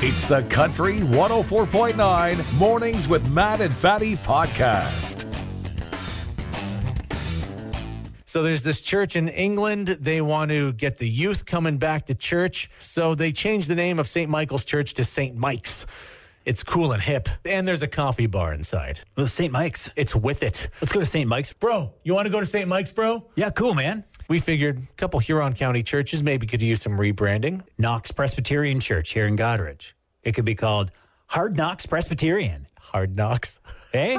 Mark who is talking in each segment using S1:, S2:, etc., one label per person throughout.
S1: It's the Country 104.9 Mornings with Matt and Fatty podcast.
S2: So there's this church in England. They want to get the youth coming back to church. So they changed the name of St. Michael's Church to St. Mike's. It's cool and hip. And there's a coffee bar inside.
S3: Well, St. Mike's.
S2: It's with it.
S3: Let's go to St. Mike's.
S2: Bro, you want to go to St. Mike's, bro?
S3: Yeah, cool, man.
S2: We figured a couple Huron County churches maybe could use some rebranding.
S3: Knox Presbyterian Church here in Goderich. It could be called Hard Knocks Presbyterian.
S2: Hard knocks.
S3: Hey,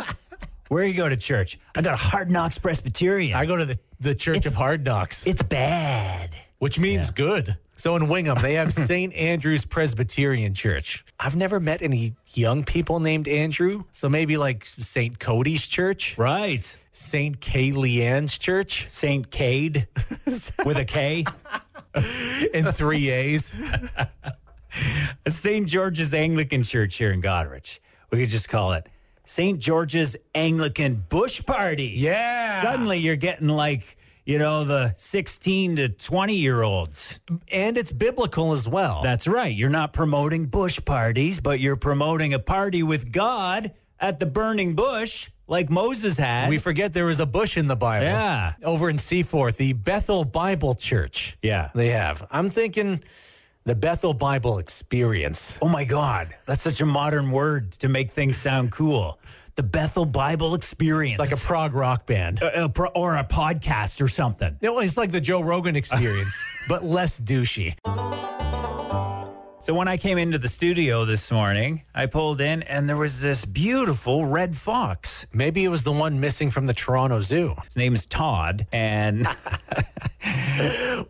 S3: where you go to church? I got a Hard Knocks Presbyterian.
S2: I go to the, the Church of Hard Knocks,
S3: it's bad.
S2: which means good. So in Wingham, they have St. Andrew's Presbyterian Church. I've never met any young people named Andrew. So maybe like St. Cody's Church.
S3: Right.
S2: St. Kay Leanne's Church
S3: St. Cade with a K.
S2: and three A's.
S3: St. George's Anglican Church here in Goderich. We could just call it St. George's Anglican Bush Party.
S2: Yeah.
S3: Suddenly you're getting like, you know, the 16 to 20 year olds.
S2: And it's biblical as well.
S3: That's right. You're not promoting bush parties, but you're promoting a party with God at the burning bush like Moses had.
S2: we forget there was a bush in the Bible.
S3: Yeah.
S2: Over in Seaforth, the Bethel Bible Church.
S3: Yeah.
S2: They have. I'm thinking the Bethel Bible Experience.
S3: oh my God. That's such a modern word to make things sound cool. The Bethel Bible Experience.
S2: Like a prog rock band.
S3: uh, a, a pro- or a podcast or something.
S2: No, it's like the Joe Rogan experience, but less douchey.
S3: So when I came into the studio this morning, I pulled in and there was this beautiful red fox.
S2: Maybe it was the one missing from the Toronto Zoo.
S3: His name is Todd and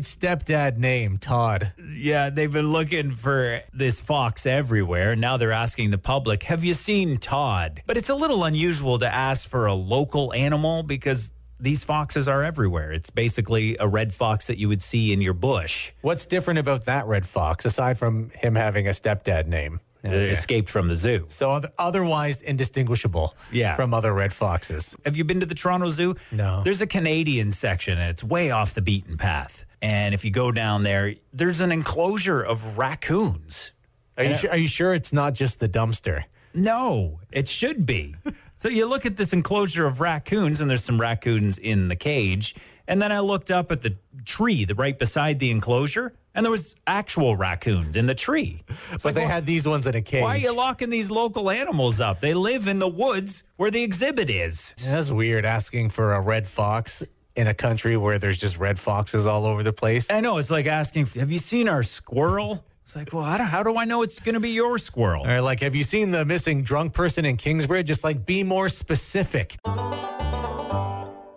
S2: Stepdad name, Todd.
S3: Yeah, they've been looking for this fox everywhere. Now they're asking the public, have you seen Todd? But it's a little unusual to ask for a local animal because these foxes are everywhere. It's basically a red fox that you would see in your bush.
S2: What's different about that red fox aside from him having a stepdad name?
S3: that Escaped from the zoo.
S2: So oth- otherwise indistinguishable
S3: Yeah.
S2: from other red foxes.
S3: Have you been to the Toronto Zoo?
S2: No.
S3: There's a Canadian section and it's way off the beaten path. And if you go down there, there's an enclosure of raccoons.
S2: Are you, su- are you sure it's not just the dumpster?
S3: No, it should be. so you look at this enclosure of raccoons, and there's some raccoons in the cage. And then I looked up at the tree that right beside the enclosure, and there was actual raccoons in the tree.
S2: But they had these ones in a cage.
S3: Why are you locking these local animals up? They live in the woods where the exhibit is.
S2: That's weird asking for a red fox in a country where there's just red foxes all over the place.
S3: I know it's like asking, "Have you seen our squirrel?" It's like, well, I don't, how do I know it's going to be your squirrel?
S2: Or like, have you seen the missing drunk person in Kingsbridge? Just like, be more specific.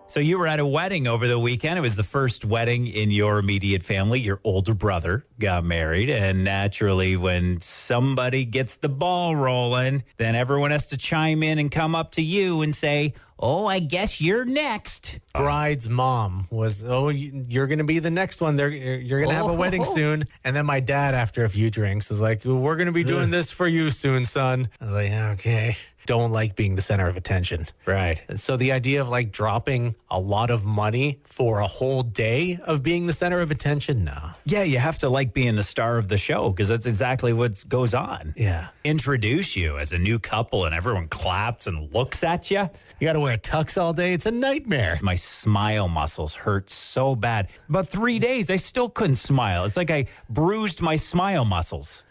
S3: So you were at a wedding over the weekend. It was the first wedding in your immediate family. Your older brother got married, and naturally, when somebody gets the ball rolling, then everyone has to chime in and come up to you and say, "Oh, I guess you're next."
S2: Bride's mom was, oh, you- you're going to be the next one. There, you're going to have a wedding
S3: Oh.
S2: soon. And then my dad, after a few drinks, was like, "We're going to be doing this for you soon, son." I was like, "Okay." Don't like being the center of attention.
S3: Right.
S2: And so the idea of like dropping a lot of money for a whole day of being the center of attention, no.
S3: Yeah, you have to like being the star of the show because that's exactly what goes on.
S2: Yeah.
S3: Introduce you as a new couple, and everyone claps and looks at you.
S2: You got to wear tux all day. It's a nightmare.
S3: my smile muscles hurt so bad. About three days, I still couldn't smile. It's like I bruised my smile muscles.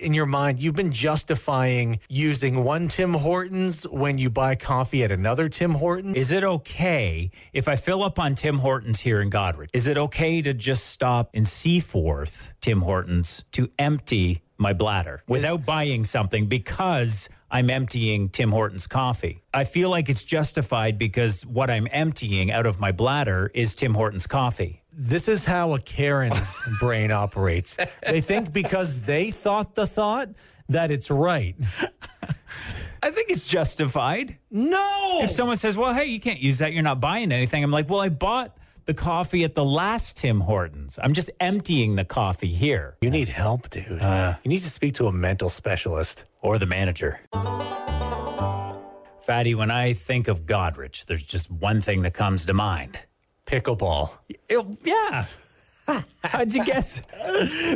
S2: in your mind, you've been justifying using one Tim Hortons when you buy coffee at another Tim Hortons.
S3: Is it okay if I fill up on Tim Hortons here in Godrich? Is it okay to just stop in Seaforth, Tim Hortons, to empty my bladder without buying something because I'm emptying Tim Hortons coffee? I feel like it's justified because what I'm emptying out of my bladder is Tim Hortons coffee.
S2: This is how a Karen's brain operates. They think because they thought the thought that it's right.
S3: I think it's justified.
S2: No!
S3: if someone says, "Well, hey, you can't use that. You're not buying anything," I'm like, "Well, I bought the coffee at the last Tim Hortons. I'm just emptying the coffee here."
S2: you need help, dude. you need to speak to a mental specialist.
S3: Or the manager. Fatty, when I think of Godrich, there's just one thing that comes to mind.
S2: Pickleball.
S3: It- yeah. How'd you guess?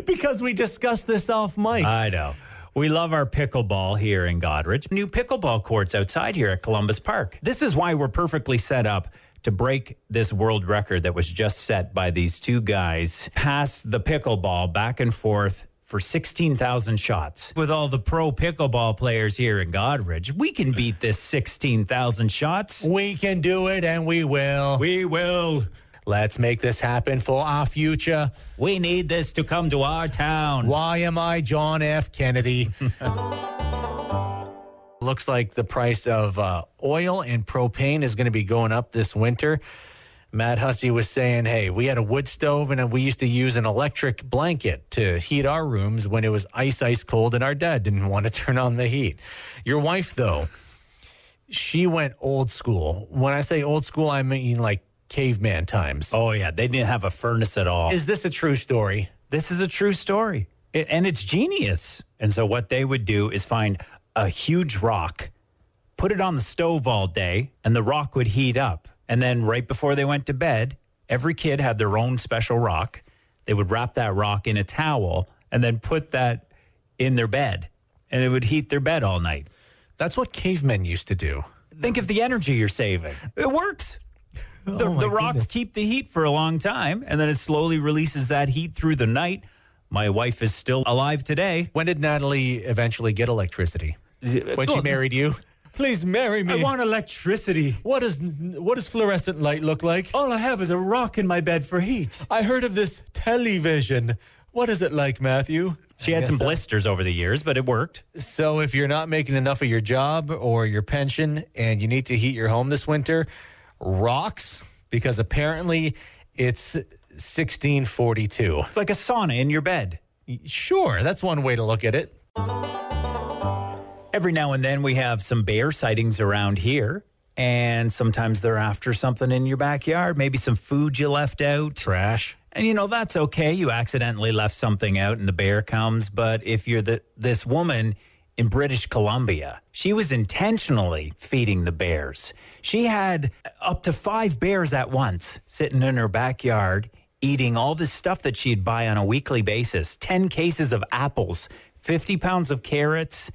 S2: because we discussed this off mic.
S3: I know. We love our pickleball here in Godrich. New pickleball courts outside here at Columbus Park. This is why we're perfectly set up to break this world record that was just set by these two guys. Pass the pickleball back and forth for 16,000 shots. With all the pro pickleball players here in Godrich, we can beat this 16,000 shots.
S2: we can do it and we will.
S3: We will.
S2: Let's make this happen for our future.
S3: We need this to come to our town.
S2: Why am I John F. Kennedy? Looks like the price of uh, oil and propane is going to be going up this winter. Matt Hussey was saying, hey, we had a wood stove and we used to use an electric blanket to heat our rooms when it was ice, ice cold and our dad didn't want to turn on the heat. Your wife, though, she went old school. When I say old school, I mean like caveman times.
S3: Oh, yeah. They didn't have a furnace at all.
S2: Is this a true story?
S3: This is a true story. It, and it's genius. And so what they would do is find a huge rock, put it on the stove all day, and the rock would heat up. And then right before they went to bed, every kid had their own special rock. They would wrap that rock in a towel and then put that in their bed. And it would heat their bed all night.
S2: That's what cavemen used to do.
S3: Think of the energy you're saving. It works. The,
S2: my
S3: the rocks keep the heat for a long time, and then it slowly releases that heat through the night. My wife is still alive today.
S2: When did Natalie eventually get electricity? When she
S3: Well,
S2: married you? uh, Please marry
S3: I want electricity.
S2: what does what does fluorescent light look like?
S3: All I have is a rock in my bed for heat.
S2: I heard of this television. What is it like, Matthew? uh,
S3: She had some blisters over the years, but it worked.
S2: So if you're not making enough of your job or your pension and you need to heat your home this winter, rocks because apparently it's 1642.
S3: It's like a sauna in your bed.
S2: Sure, that's one way to look at it.
S3: Every now and then we have some bear sightings around here, and sometimes they're after something in your backyard, maybe some food you left out.
S2: Trash.
S3: And you know, that's okay. You accidentally left something out and the bear comes. But if you're the, this woman in British Columbia, she was intentionally feeding the bears. She had up to five bears at once sitting in her backyard, eating all this stuff that she'd buy on a weekly basis 10 cases of apples, 50 pounds of carrots,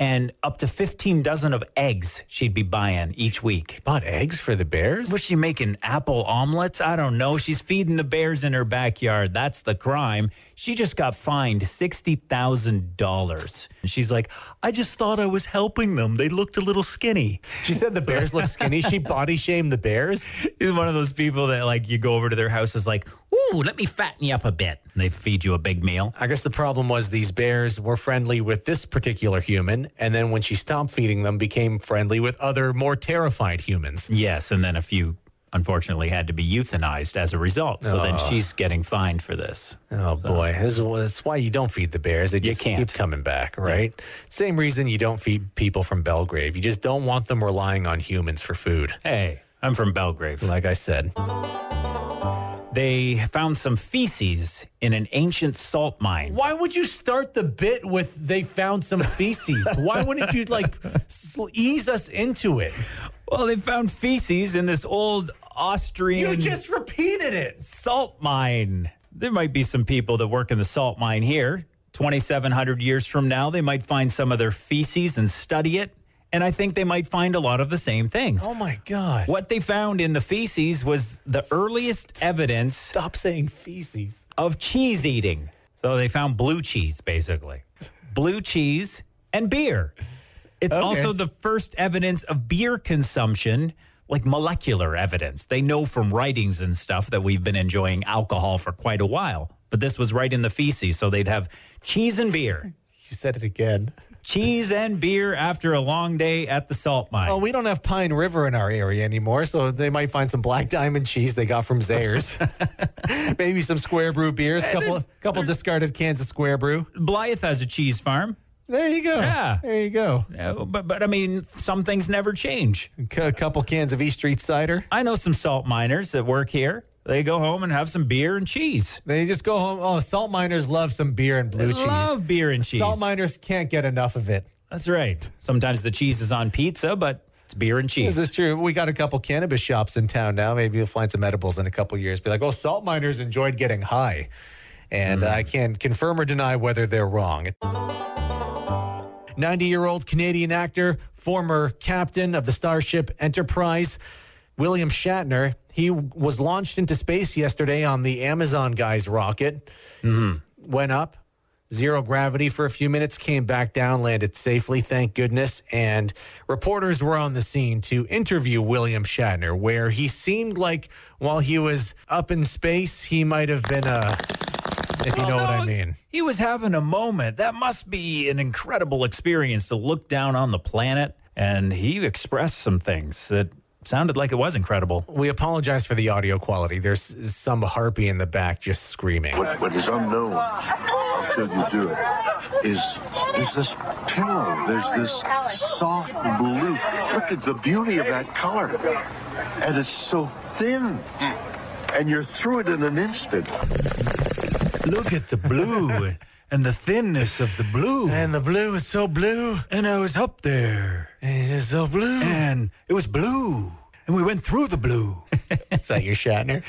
S3: and up to 15 dozen of eggs she'd be buying each week.
S2: Bought eggs for the bears?
S3: Was she making apple omelets? I don't know. She's feeding the bears in her backyard. That's the crime. She just got fined $60,000. And she's like, I just thought I was helping them. They looked a little skinny.
S2: She said the bears look skinny. She body shamed the bears.
S3: She's one of those people that, like, you go over to their house, is like, Ooh, let me fatten you up a bit. And they feed you a big meal.
S2: I guess the problem was these bears were friendly with this particular human, and then when she stopped feeding them, became friendly with other more terrified humans.
S3: Yes. And then a few, unfortunately, had to be euthanized as a result. So then she's getting fined for this.
S2: Oh boy, this is, that's why you don't feed the bears. They just
S3: can't.
S2: keep coming back, right? Same reason you don't feed people from Belgrave. You just don't want them relying on humans for food.
S3: Hey, I'm from Belgrave.
S2: Like I said,
S3: They found some feces in an ancient salt mine.
S2: why would you start the bit with they found some feces? why wouldn't you like sl- ease us into it?
S3: Well, they found feces in this old Austrian
S2: repeated it.
S3: salt mine. There might be some people that work in the salt mine here. 2,700 years from now, they might find some of their feces and study it. And I think they might find a lot of the same things.
S2: Oh my god.
S3: What they found in the feces was the earliest evidence
S2: Stop saying feces.
S3: of cheese eating. So they found blue cheese, basically. blue cheese and beer. It's also the first evidence of beer consumption, like molecular evidence. They know from writings and stuff that we've been enjoying alcohol for quite a while, but this was right in the feces. So they'd have cheese and beer.
S2: You said it again.
S3: cheese and beer after a long day at the salt mine.
S2: Well, we don't have Pine River in our area anymore, so they might find some black diamond cheese they got from Zayers. Maybe some square brew beers, couple
S3: there's-
S2: couple discarded cans of square brew.
S3: Blythe has a cheese farm.
S2: There you go.
S3: Yeah.
S2: There you go.
S3: Uh, But, but I mean, some things never change.
S2: C- a couple cans of E Street cider.
S3: I know some salt miners that work here. They go home and have some beer and cheese.
S2: They just go home. Oh, salt miners love some beer and blue cheese.
S3: Love beer and cheese.
S2: Salt miners can't get enough of it.
S3: That's right. Sometimes the cheese is on pizza, but It's beer and cheese.
S2: This is true. We got a couple cannabis shops in town now. Maybe you'll find some edibles in a couple years. Be like, oh, salt miners enjoyed getting high. And I can't confirm or deny whether they're wrong. 90 year old Canadian actor, former captain of the Starship Enterprise, William Shatner. He was launched into space yesterday on the Amazon guy's rocket. Went up, zero gravity for a few minutes, came back down, landed safely, thank goodness. And reporters were on the scene to interview William Shatner, where he seemed like while he was up in space, he might have been a. If you know what I
S3: Although
S2: mean.
S3: He was having a moment. That must be an incredible experience to look down on the planet. And he expressed some things that sounded like it was incredible.
S2: We apologize for the audio quality. There's some harpy in the back just screaming.
S4: What, what is unknown until you do it is there's this pillow, there's this soft blue. Look at the beauty of that color. And it's so thin. And you're through it in an instant.
S3: Look at the blue and the thinness of the blue.
S2: And the blue is so blue.
S3: and I was up there
S2: It is so blue.
S3: and it was blue. And we went through the blue.
S2: Is that your Shatner?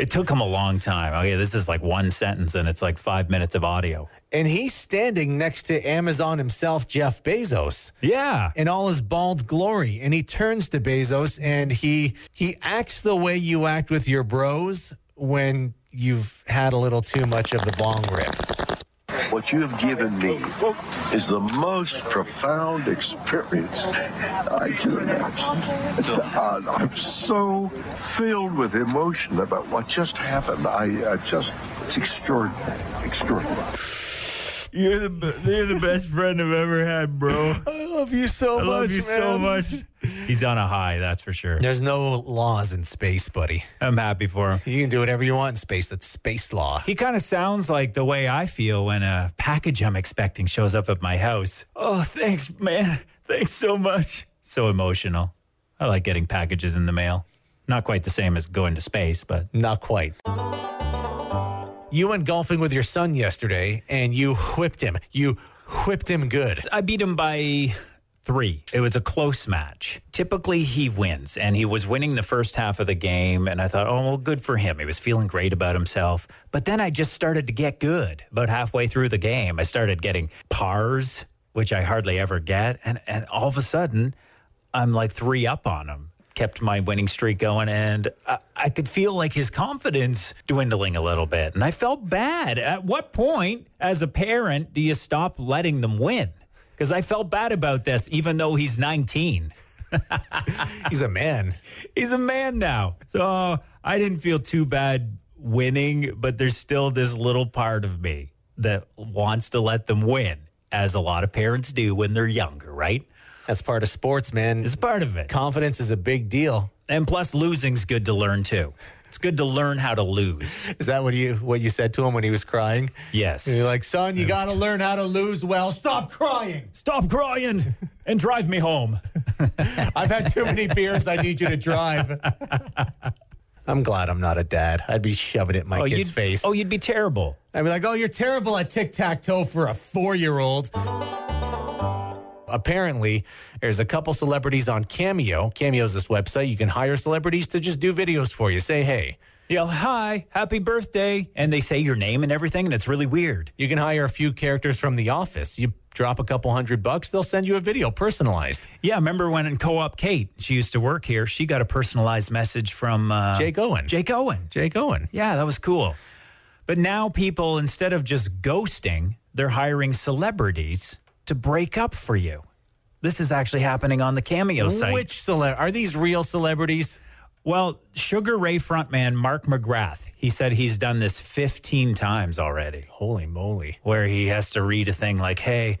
S3: It took him a long time. Okay, this is like one sentence and it's like five minutes of audio.
S2: And he's standing next to Amazon himself, Jeff Bezos,
S3: Yeah.
S2: in all his bald glory. And he turns to Bezos and he he acts the way you act with your bros when you've had a little too much of the bong rip.
S4: What you have given me is the most profound experience I can imagine. It's, uh, I'm so filled with emotion about what just happened. I uh, just, it's extraordinary, extraordinary.
S3: You're the, you're the best friend I've ever had, bro.
S2: I love you so
S3: I love you so much. He's on a high, that's for sure.
S2: There's no laws in space, buddy.
S3: I'm happy for him.
S2: You can do whatever you want in space. That's space law.
S3: He kind of sounds like the way I feel when a package I'm expecting shows up at my house. Oh, thanks, man. Thanks so much. So emotional. I like getting packages in the mail. Not quite the same as going to space, but
S2: Not quite. You went golfing with your son yesterday and you whipped him. You whipped him good.
S3: I beat him by three. It was a close match. Typically, he wins, and he was winning the first half of the game. And I thought, oh, well, good for him. He was feeling great about himself. But then I just started to get good. About halfway through the game, I started getting pars, which I hardly ever get. And, and all of a sudden, I'm like three up on him. Kept my winning streak going, and I, I could feel like his confidence dwindling a little bit. And I felt bad. At what point, as a parent, do you stop letting them win? Because I felt bad about this, even though he's 19.
S2: He's a man.
S3: He's a man now. So I didn't feel too bad winning, but there's still this little part of me that wants to let them win, as a lot of parents do when they're younger, right?
S2: That's part of sports, man.
S3: It's part of it.
S2: Confidence is a big deal.
S3: And plus, losing's good to learn too. It's good to learn how to lose.
S2: Is that what you what you said to him when he was crying?
S3: Yes.
S2: You're like, son, you gotta learn how to lose well. Stop crying.
S3: Stop crying and drive me home.
S2: I've had too many beers. I need you to drive. I'm glad I'm not a dad. I'd be shoving it in my kid's
S3: you'd,
S2: face.
S3: Oh, you'd be terrible.
S2: I'd be like, oh, you're terrible at tic tac toe for a four year old. Apparently, there's a couple celebrities on Cameo. Cameo's this website. You can hire celebrities to just do videos for you. Say, hey,
S3: Yell, hi, happy birthday. And they say your name and everything, and it's really weird.
S2: you can hire a few characters from The Office. You drop a couple hundred bucks, they'll send you a video personalized.
S3: Yeah, remember when in co op Kate, she used to work here, she got a personalized message from uh,
S2: Jake Owen.
S3: Jake Owen.
S2: Jake Owen.
S3: Yeah, that was cool. But now people, instead of just ghosting, they're hiring celebrities to break up for you. This is actually happening on the Cameo site.
S2: Which celeb? Are these real celebrities?
S3: well, Sugar Ray frontman Mark McGrath, he said he's done this 15 times already,
S2: Holy moly.
S3: where he has to read a thing like, hey,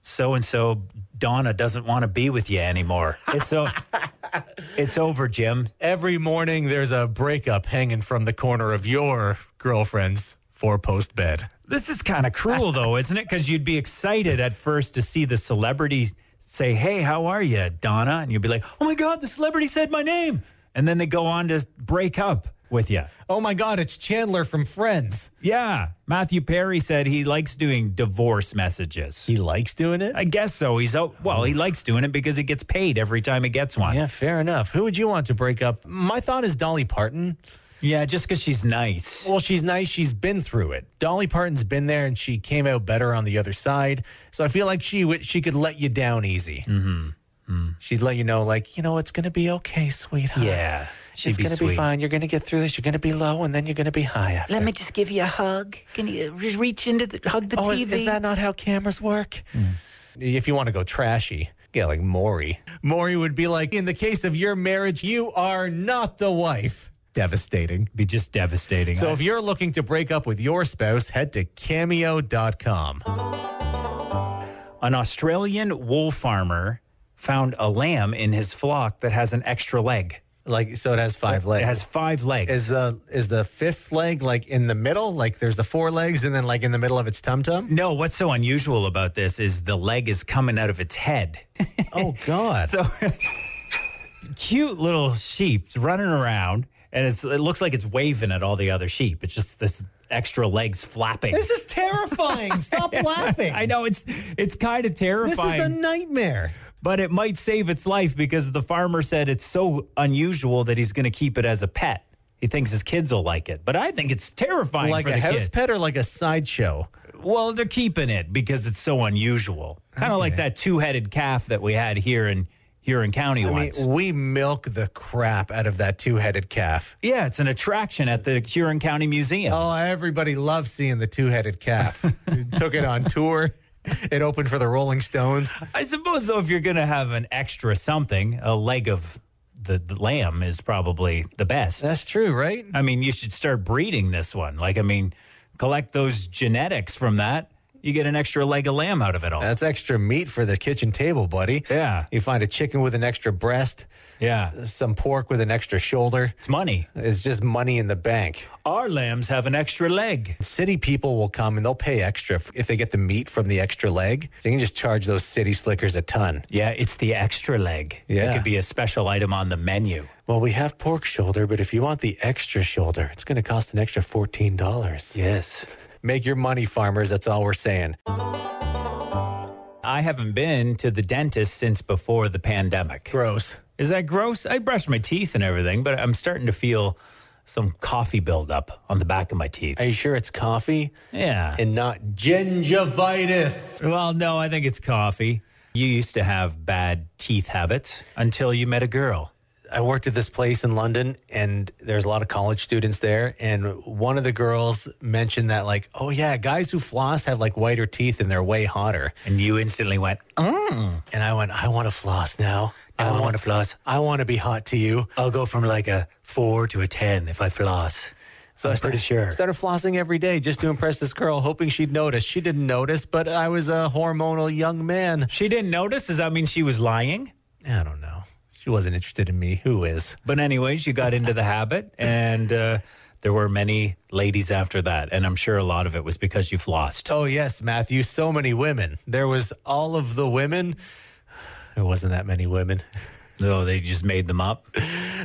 S3: so and so Donna doesn't want to be with you anymore. It's o- it's over, Jim.
S2: Every morning, there's a breakup hanging from the corner of your girlfriend's four post bed.
S3: This is kind of cruel, though, isn't it? Because you'd be excited at first to see the celebrity say, Hey, how are you, Donna? And you'd be like, Oh my God, the celebrity said my name. And then they go on to break up. with you.
S2: Oh my God, it's Chandler from Friends.
S3: Yeah. Matthew Perry said he likes doing divorce messages.
S2: He likes doing it?
S3: I guess so. He's oh, well, he likes doing it because he gets paid every time he gets one.
S2: Yeah, fair enough. Who would you want to break up? My thought is Dolly Parton.
S3: Yeah, just because she's nice.
S2: Well, she's nice. She's been through it. Dolly Parton's been there, and she came out better on the other side. So I feel like she would she could let you down easy. Mm-hmm. She'd let you know, like you know, it's gonna be okay, sweetheart.
S3: Mm. Yeah, she'd
S2: it's
S3: be
S2: gonna be
S3: sweet.
S2: fine. You're gonna get through this. You're gonna be low, and then you're gonna be high. After.
S5: Let me just give you a hug. Can you just reach into the hug the
S2: Oh,
S5: TV?
S2: is, is that not how cameras work?
S3: Mm.
S2: If you want to go trashy, yeah, like Maury. Maury would be like, in the case of your marriage, you are not the wife. Devastating.
S3: be just devastating.
S2: So if you're looking to break up with your spouse, head to cameo.com.
S3: An Australian wool farmer found a lamb in his flock that has an extra leg.
S2: Like so it has five legs.
S3: It has five legs.
S2: is the is the fifth leg like in the middle? Like there's the four legs and then like in the middle of its tum tum?
S3: no, what's so unusual about this is the leg is coming out of its head.
S2: Oh god.
S3: So cute little sheep running around, and it's, it looks like it's waving at all the other sheep. It's just this extra legs flapping.
S2: this is terrifying. Stop laughing.
S3: I know it's it's kind of
S2: This
S3: terrifying.
S2: is a nightmare.
S3: but it might save its life because the farmer said it's so unusual that he's going to keep it as a pet. He thinks his kids will like it, but I think it's terrifying
S2: Like
S3: for
S2: a
S3: the
S2: house
S3: kid.
S2: pet or like a sideshow?
S3: Well, they're keeping it because it's so unusual, kind of like that two-headed calf that we had here in Huron County
S2: I mean,
S3: once.
S2: we milk the crap out of that two headed calf.
S3: yeah, it's an attraction at the Huron County Museum.
S2: Oh, everybody loves seeing the two headed calf. Took it on tour. It opened for the Rolling Stones.
S3: I suppose though, if you're going to have an extra something, a leg of the, the lamb is probably the best.
S2: That's true, right?
S3: I mean, you should start breeding this one. Like, I mean, collect those genetics from that. You get an extra leg of lamb out of it all.
S2: That's extra meat for the kitchen table, buddy.
S3: Yeah.
S2: You find a chicken with an extra breast,
S3: yeah.
S2: some pork with an extra shoulder.
S3: It's money.
S2: It's just money in the bank.
S3: Our lambs have an extra leg.
S2: City people will come and they'll pay extra f- if they get the meat from the extra leg. They can just charge those city slickers a ton.
S3: Yeah, it's the extra leg.
S2: Yeah.
S3: It could be a special item on the menu.
S2: Well, we have pork shoulder, but if you want the extra shoulder, it's going to cost an extra $14.
S3: Yes.
S2: Make your money, farmers. That's all we're saying.
S3: I haven't been to the dentist since before the pandemic.
S2: Gross.
S3: Is that gross? I brush my teeth and everything, but I'm starting to feel some coffee buildup on the back of my teeth.
S2: Are you sure it's coffee
S3: yeah.
S2: and not gingivitis?
S3: Well, no, I think it's coffee. You used to have bad teeth habits until you met a girl.
S2: I worked at this place in London and there's a lot of college students there. And one of the girls mentioned that, like, oh, yeah, guys who floss have like whiter teeth and they're way hotter.
S3: And you instantly went, oh,
S2: And I went, I want to floss now. I want to
S3: floss.
S2: I want to be hot to you.
S3: I'll go from like a four to a 10 if I floss.
S2: So I started,
S3: pretty sure.
S2: started flossing every day just to impress this girl, hoping she'd notice. She didn't notice, but I was a hormonal young man.
S3: She didn't notice. Does that mean she was lying?
S2: I don't know. She wasn't interested in me. Who is?
S3: But, anyways, you got into the habit, and uh, there were many ladies after that. And I'm sure a lot of it was because you flossed.
S2: Oh, yes, Matthew. So many women. There was all of the women. There wasn't that many women.
S3: No, they just made them up.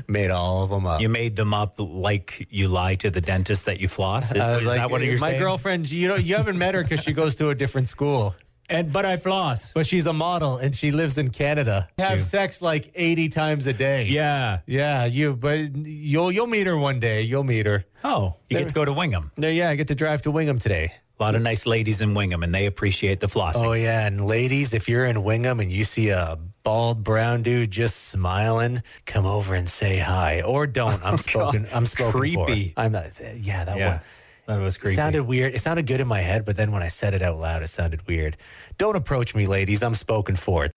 S2: Made all of them up.
S3: You made them up like you lie to the dentist that you floss. Is,
S2: I was
S3: is
S2: like,
S3: that what you're
S2: my
S3: saying?
S2: girlfriend, you know, you haven't met her because she goes to a different school,
S3: And, but I floss.
S2: but she's a model and she lives in Canada. Have sex like 80 times a day.
S3: Yeah.
S2: Yeah, you. But you'll you'll meet her one day. You'll meet her.
S3: Oh, you get to go to Wingham.
S2: No, yeah, I get to drive to Wingham today.
S3: A lot of nice ladies in Wingham, and they appreciate the flossing.
S2: Oh yeah, and ladies, if you're in Wingham and you see a bald brown dude just smiling, come over and say hi, or don't. I'm spoken. I'm spoken
S3: Oh, Creepy.
S2: For. I'm not. th- Yeah, that
S3: Oh, yeah, that was
S2: one
S3: creepy.
S2: sounded weird. It sounded good in my head, but then when I said it out loud, it sounded weird. Don't approach me, ladies. I'm spoken for.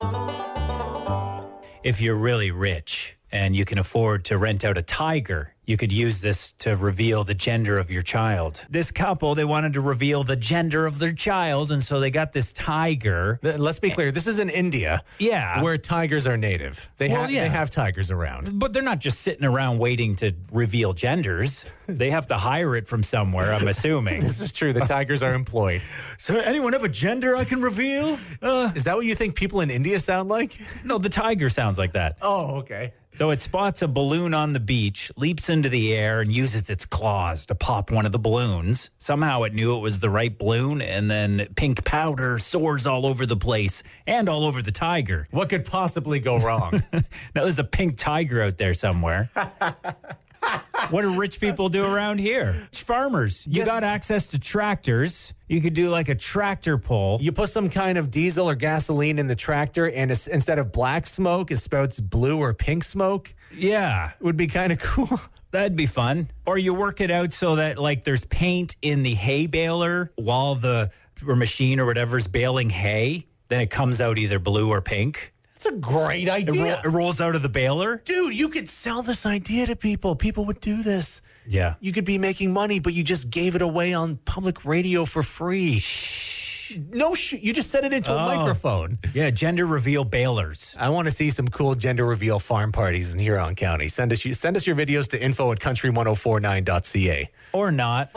S3: if you're really rich and you can afford to rent out a tiger, you could use this to reveal the gender of your child. This couple, they wanted to reveal the gender of their child, and so they got this tiger.
S2: Th- Let's be clear. This is in India.
S3: Yeah.
S2: where tigers are native. They
S3: Well,
S2: have
S3: yeah.
S2: they have tigers around.
S3: But they're not just sitting around waiting to reveal genders. They have to hire it from somewhere, I'm assuming.
S2: This is true. The tigers are employed.
S3: so, anyone have a gender I can reveal? Uh,
S2: Is that what you think people in India sound like?
S3: no, the tiger sounds like that.
S2: Oh, okay.
S3: So it spots a balloon on the beach, leaps into the air, and uses its claws to pop one of the balloons. Somehow it knew it was the right balloon, and then pink powder soars all over the place and all over the tiger.
S2: What could possibly go wrong?
S3: Now there's a pink tiger out there somewhere. what do rich people do around here? It's farmers. You
S2: Yes.
S3: got access to tractors. You could do like a tractor pull.
S2: you put some kind of diesel or gasoline in the tractor, and it's, instead of black smoke, it spouts blue or pink smoke.
S3: Yeah,
S2: It would be kind of cool.
S3: that'd be fun. Or you work it out so that like there's paint in the hay baler while the or machine or whatever's baling hay. Then it comes out either blue or pink.
S2: That's a great
S3: It,
S2: idea.
S3: ro- it rolls out of the baler.
S2: Dude, you could sell this idea to people. People would do this.
S3: Yeah.
S2: You could be making money, but you just gave it away on public radio for free. No, sh- you just said it into a
S3: Oh.
S2: microphone.
S3: Yeah, gender reveal balers.
S2: I want to see some cool gender reveal farm parties in Huron County. Send us, send us your videos to info at country1049.ca.
S3: or not.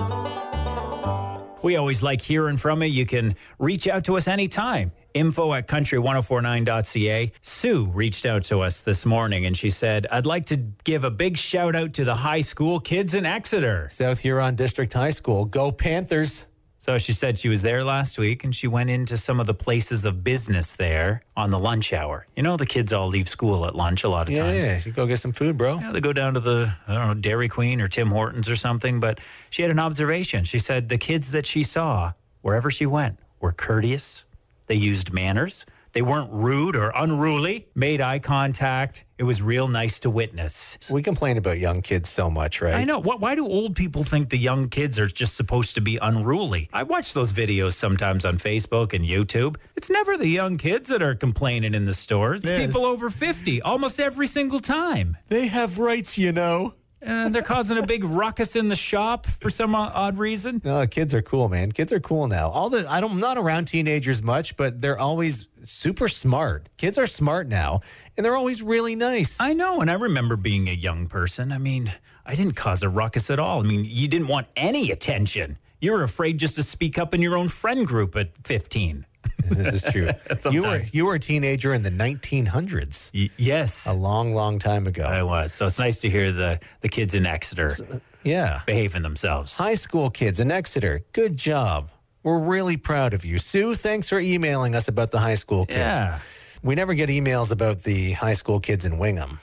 S3: We always like hearing from you. You can reach out to us anytime. Info at country1049.ca. Sue reached out to us this morning and she said, I'd like to give a big shout out to the high school kids in Exeter.
S2: South Huron District High School. Go Panthers.
S3: So she said she was there last week and she went into some of the places of business there on the lunch hour. You know, the kids all leave school at lunch a lot of times.
S2: Yeah, you go get some food, bro.
S3: Yeah, they go down to the I don't know Dairy Queen or Tim Hortons or something. But she had an observation. She said the kids that she saw wherever she went were courteous. They used manners. They weren't rude or unruly. Made eye contact. It was real nice to witness.
S2: We complain about young kids so much, right?
S3: I know. What, why do old people think the young kids are just supposed to be unruly? I watch those videos sometimes on Facebook and YouTube. It's never the young kids that are complaining in the stores. It's
S2: Yes.
S3: people over 50 almost every single time.
S2: They have rights, you know.
S3: and they're causing a big ruckus in the shop for some o- odd reason.
S2: No, kids are cool, man. Kids are cool now. All the I don't I'm not around teenagers much, but they're always super smart. Kids are smart now, and they're always really nice.
S3: I know, and I remember being a young person. I mean, I didn't cause a ruckus at all. I mean, you didn't want any attention. You were afraid just to speak up in your own friend group at 15.
S2: this is true. you were
S3: Sometimes.
S2: you were a teenager in the 1900s,
S3: Y- yes,
S2: a long, long time ago.
S3: I was. So it's nice to hear the, the kids in Exeter
S2: yeah,
S3: behaving themselves.
S2: high school kids in Exeter. Good job. We're really proud of you, Sue. Thanks for emailing us about the high school kids.
S3: Yeah.
S2: We never get emails about the high school kids in Wingham.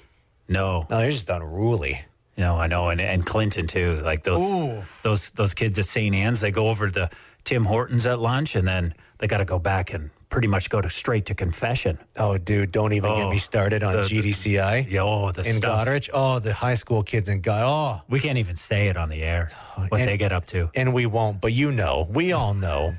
S3: No,
S2: No, they're just unruly.
S3: no, I know, and, and Clinton too. Like those those those kids at St. Anne's, they go over to the Tim Hortons at lunch, and then they got to go back and pretty much go to straight to confession.
S2: Oh, dude, don't even get
S3: Oh,
S2: me started on
S3: the- the-
S2: GDCI.
S3: Yeah, oh, the
S2: in
S3: stuff.
S2: Goderich. Oh, the high school kids in God. Oh,
S3: We can't even say it on the air. What
S2: and-
S3: they get up to.
S2: and we won't, but you know, we all know.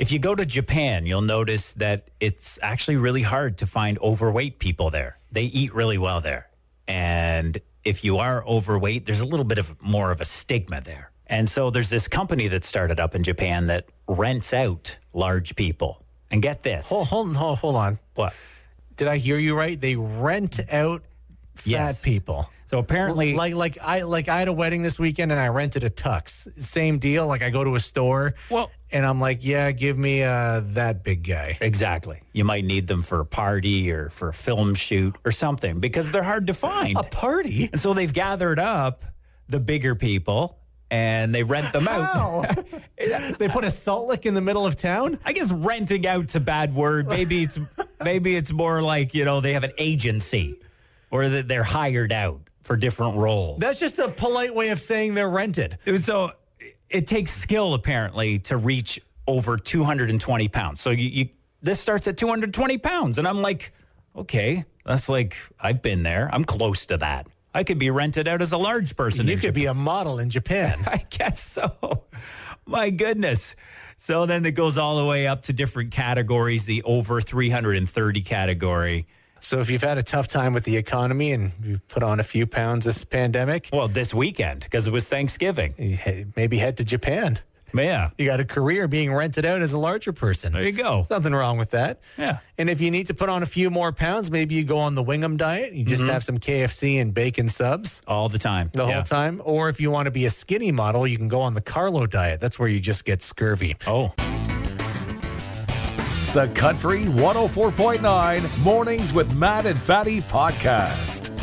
S3: If you go to Japan, you'll notice that it's actually really hard to find overweight people there. They eat really well there. And if you are overweight, there's a little bit of more of a stigma there. And so there's this company that started up in Japan that rents out large people. And get this.
S2: hold, hold, hold, hold on.
S3: What?
S2: Did I hear you right? They rent out fat
S3: Yes.
S2: people.
S3: So apparently
S2: Like, like I, like I had a wedding this weekend, and I rented a tux. Same deal. Like I go to a store.
S3: Well-
S2: and I'm like, yeah, give me uh, that big guy.
S3: Exactly. You might need them for a party or for a film shoot or something because they're hard to find.
S2: A party.
S3: And so they've gathered up the bigger people and they rent them out.
S2: Wow. they put a salt lick in the middle of town.
S3: I guess renting out's a bad word. Maybe it's maybe it's more like, you know, they have an agency or that they're hired out for different roles.
S2: That's just a polite way of saying they're rented.
S3: Dude, so it takes skill apparently to reach over 220 pounds. So you, you this starts at 220 pounds, and I'm like, okay, that's like I've been there. I'm close to that. I could be rented out as a large person.
S2: You
S3: in
S2: could be a model in Japan.
S3: I guess so. My goodness. So then it goes all the way up to different categories, the over 330 category.
S2: So if you've had a tough time with the economy and you've put on a few pounds this pandemic,
S3: Well, this weekend because it was Thanksgiving.
S2: you he- maybe head to Japan.
S3: Yeah.
S2: You got a career being rented out as a larger person.
S3: There you go.
S2: There's nothing wrong with that.
S3: Yeah.
S2: And if you need to put on a few more pounds, maybe you go on the Wingham diet. You just have some KFC and bacon subs
S3: All the time.
S2: the
S3: Mm-hmm. Yeah.
S2: whole time. Or if you want to be a skinny model, you can go on the Carlo diet. That's where you just get scurvy.
S3: Oh.
S1: oh The Country 104.9 Mornings with Matt and Fatty podcast.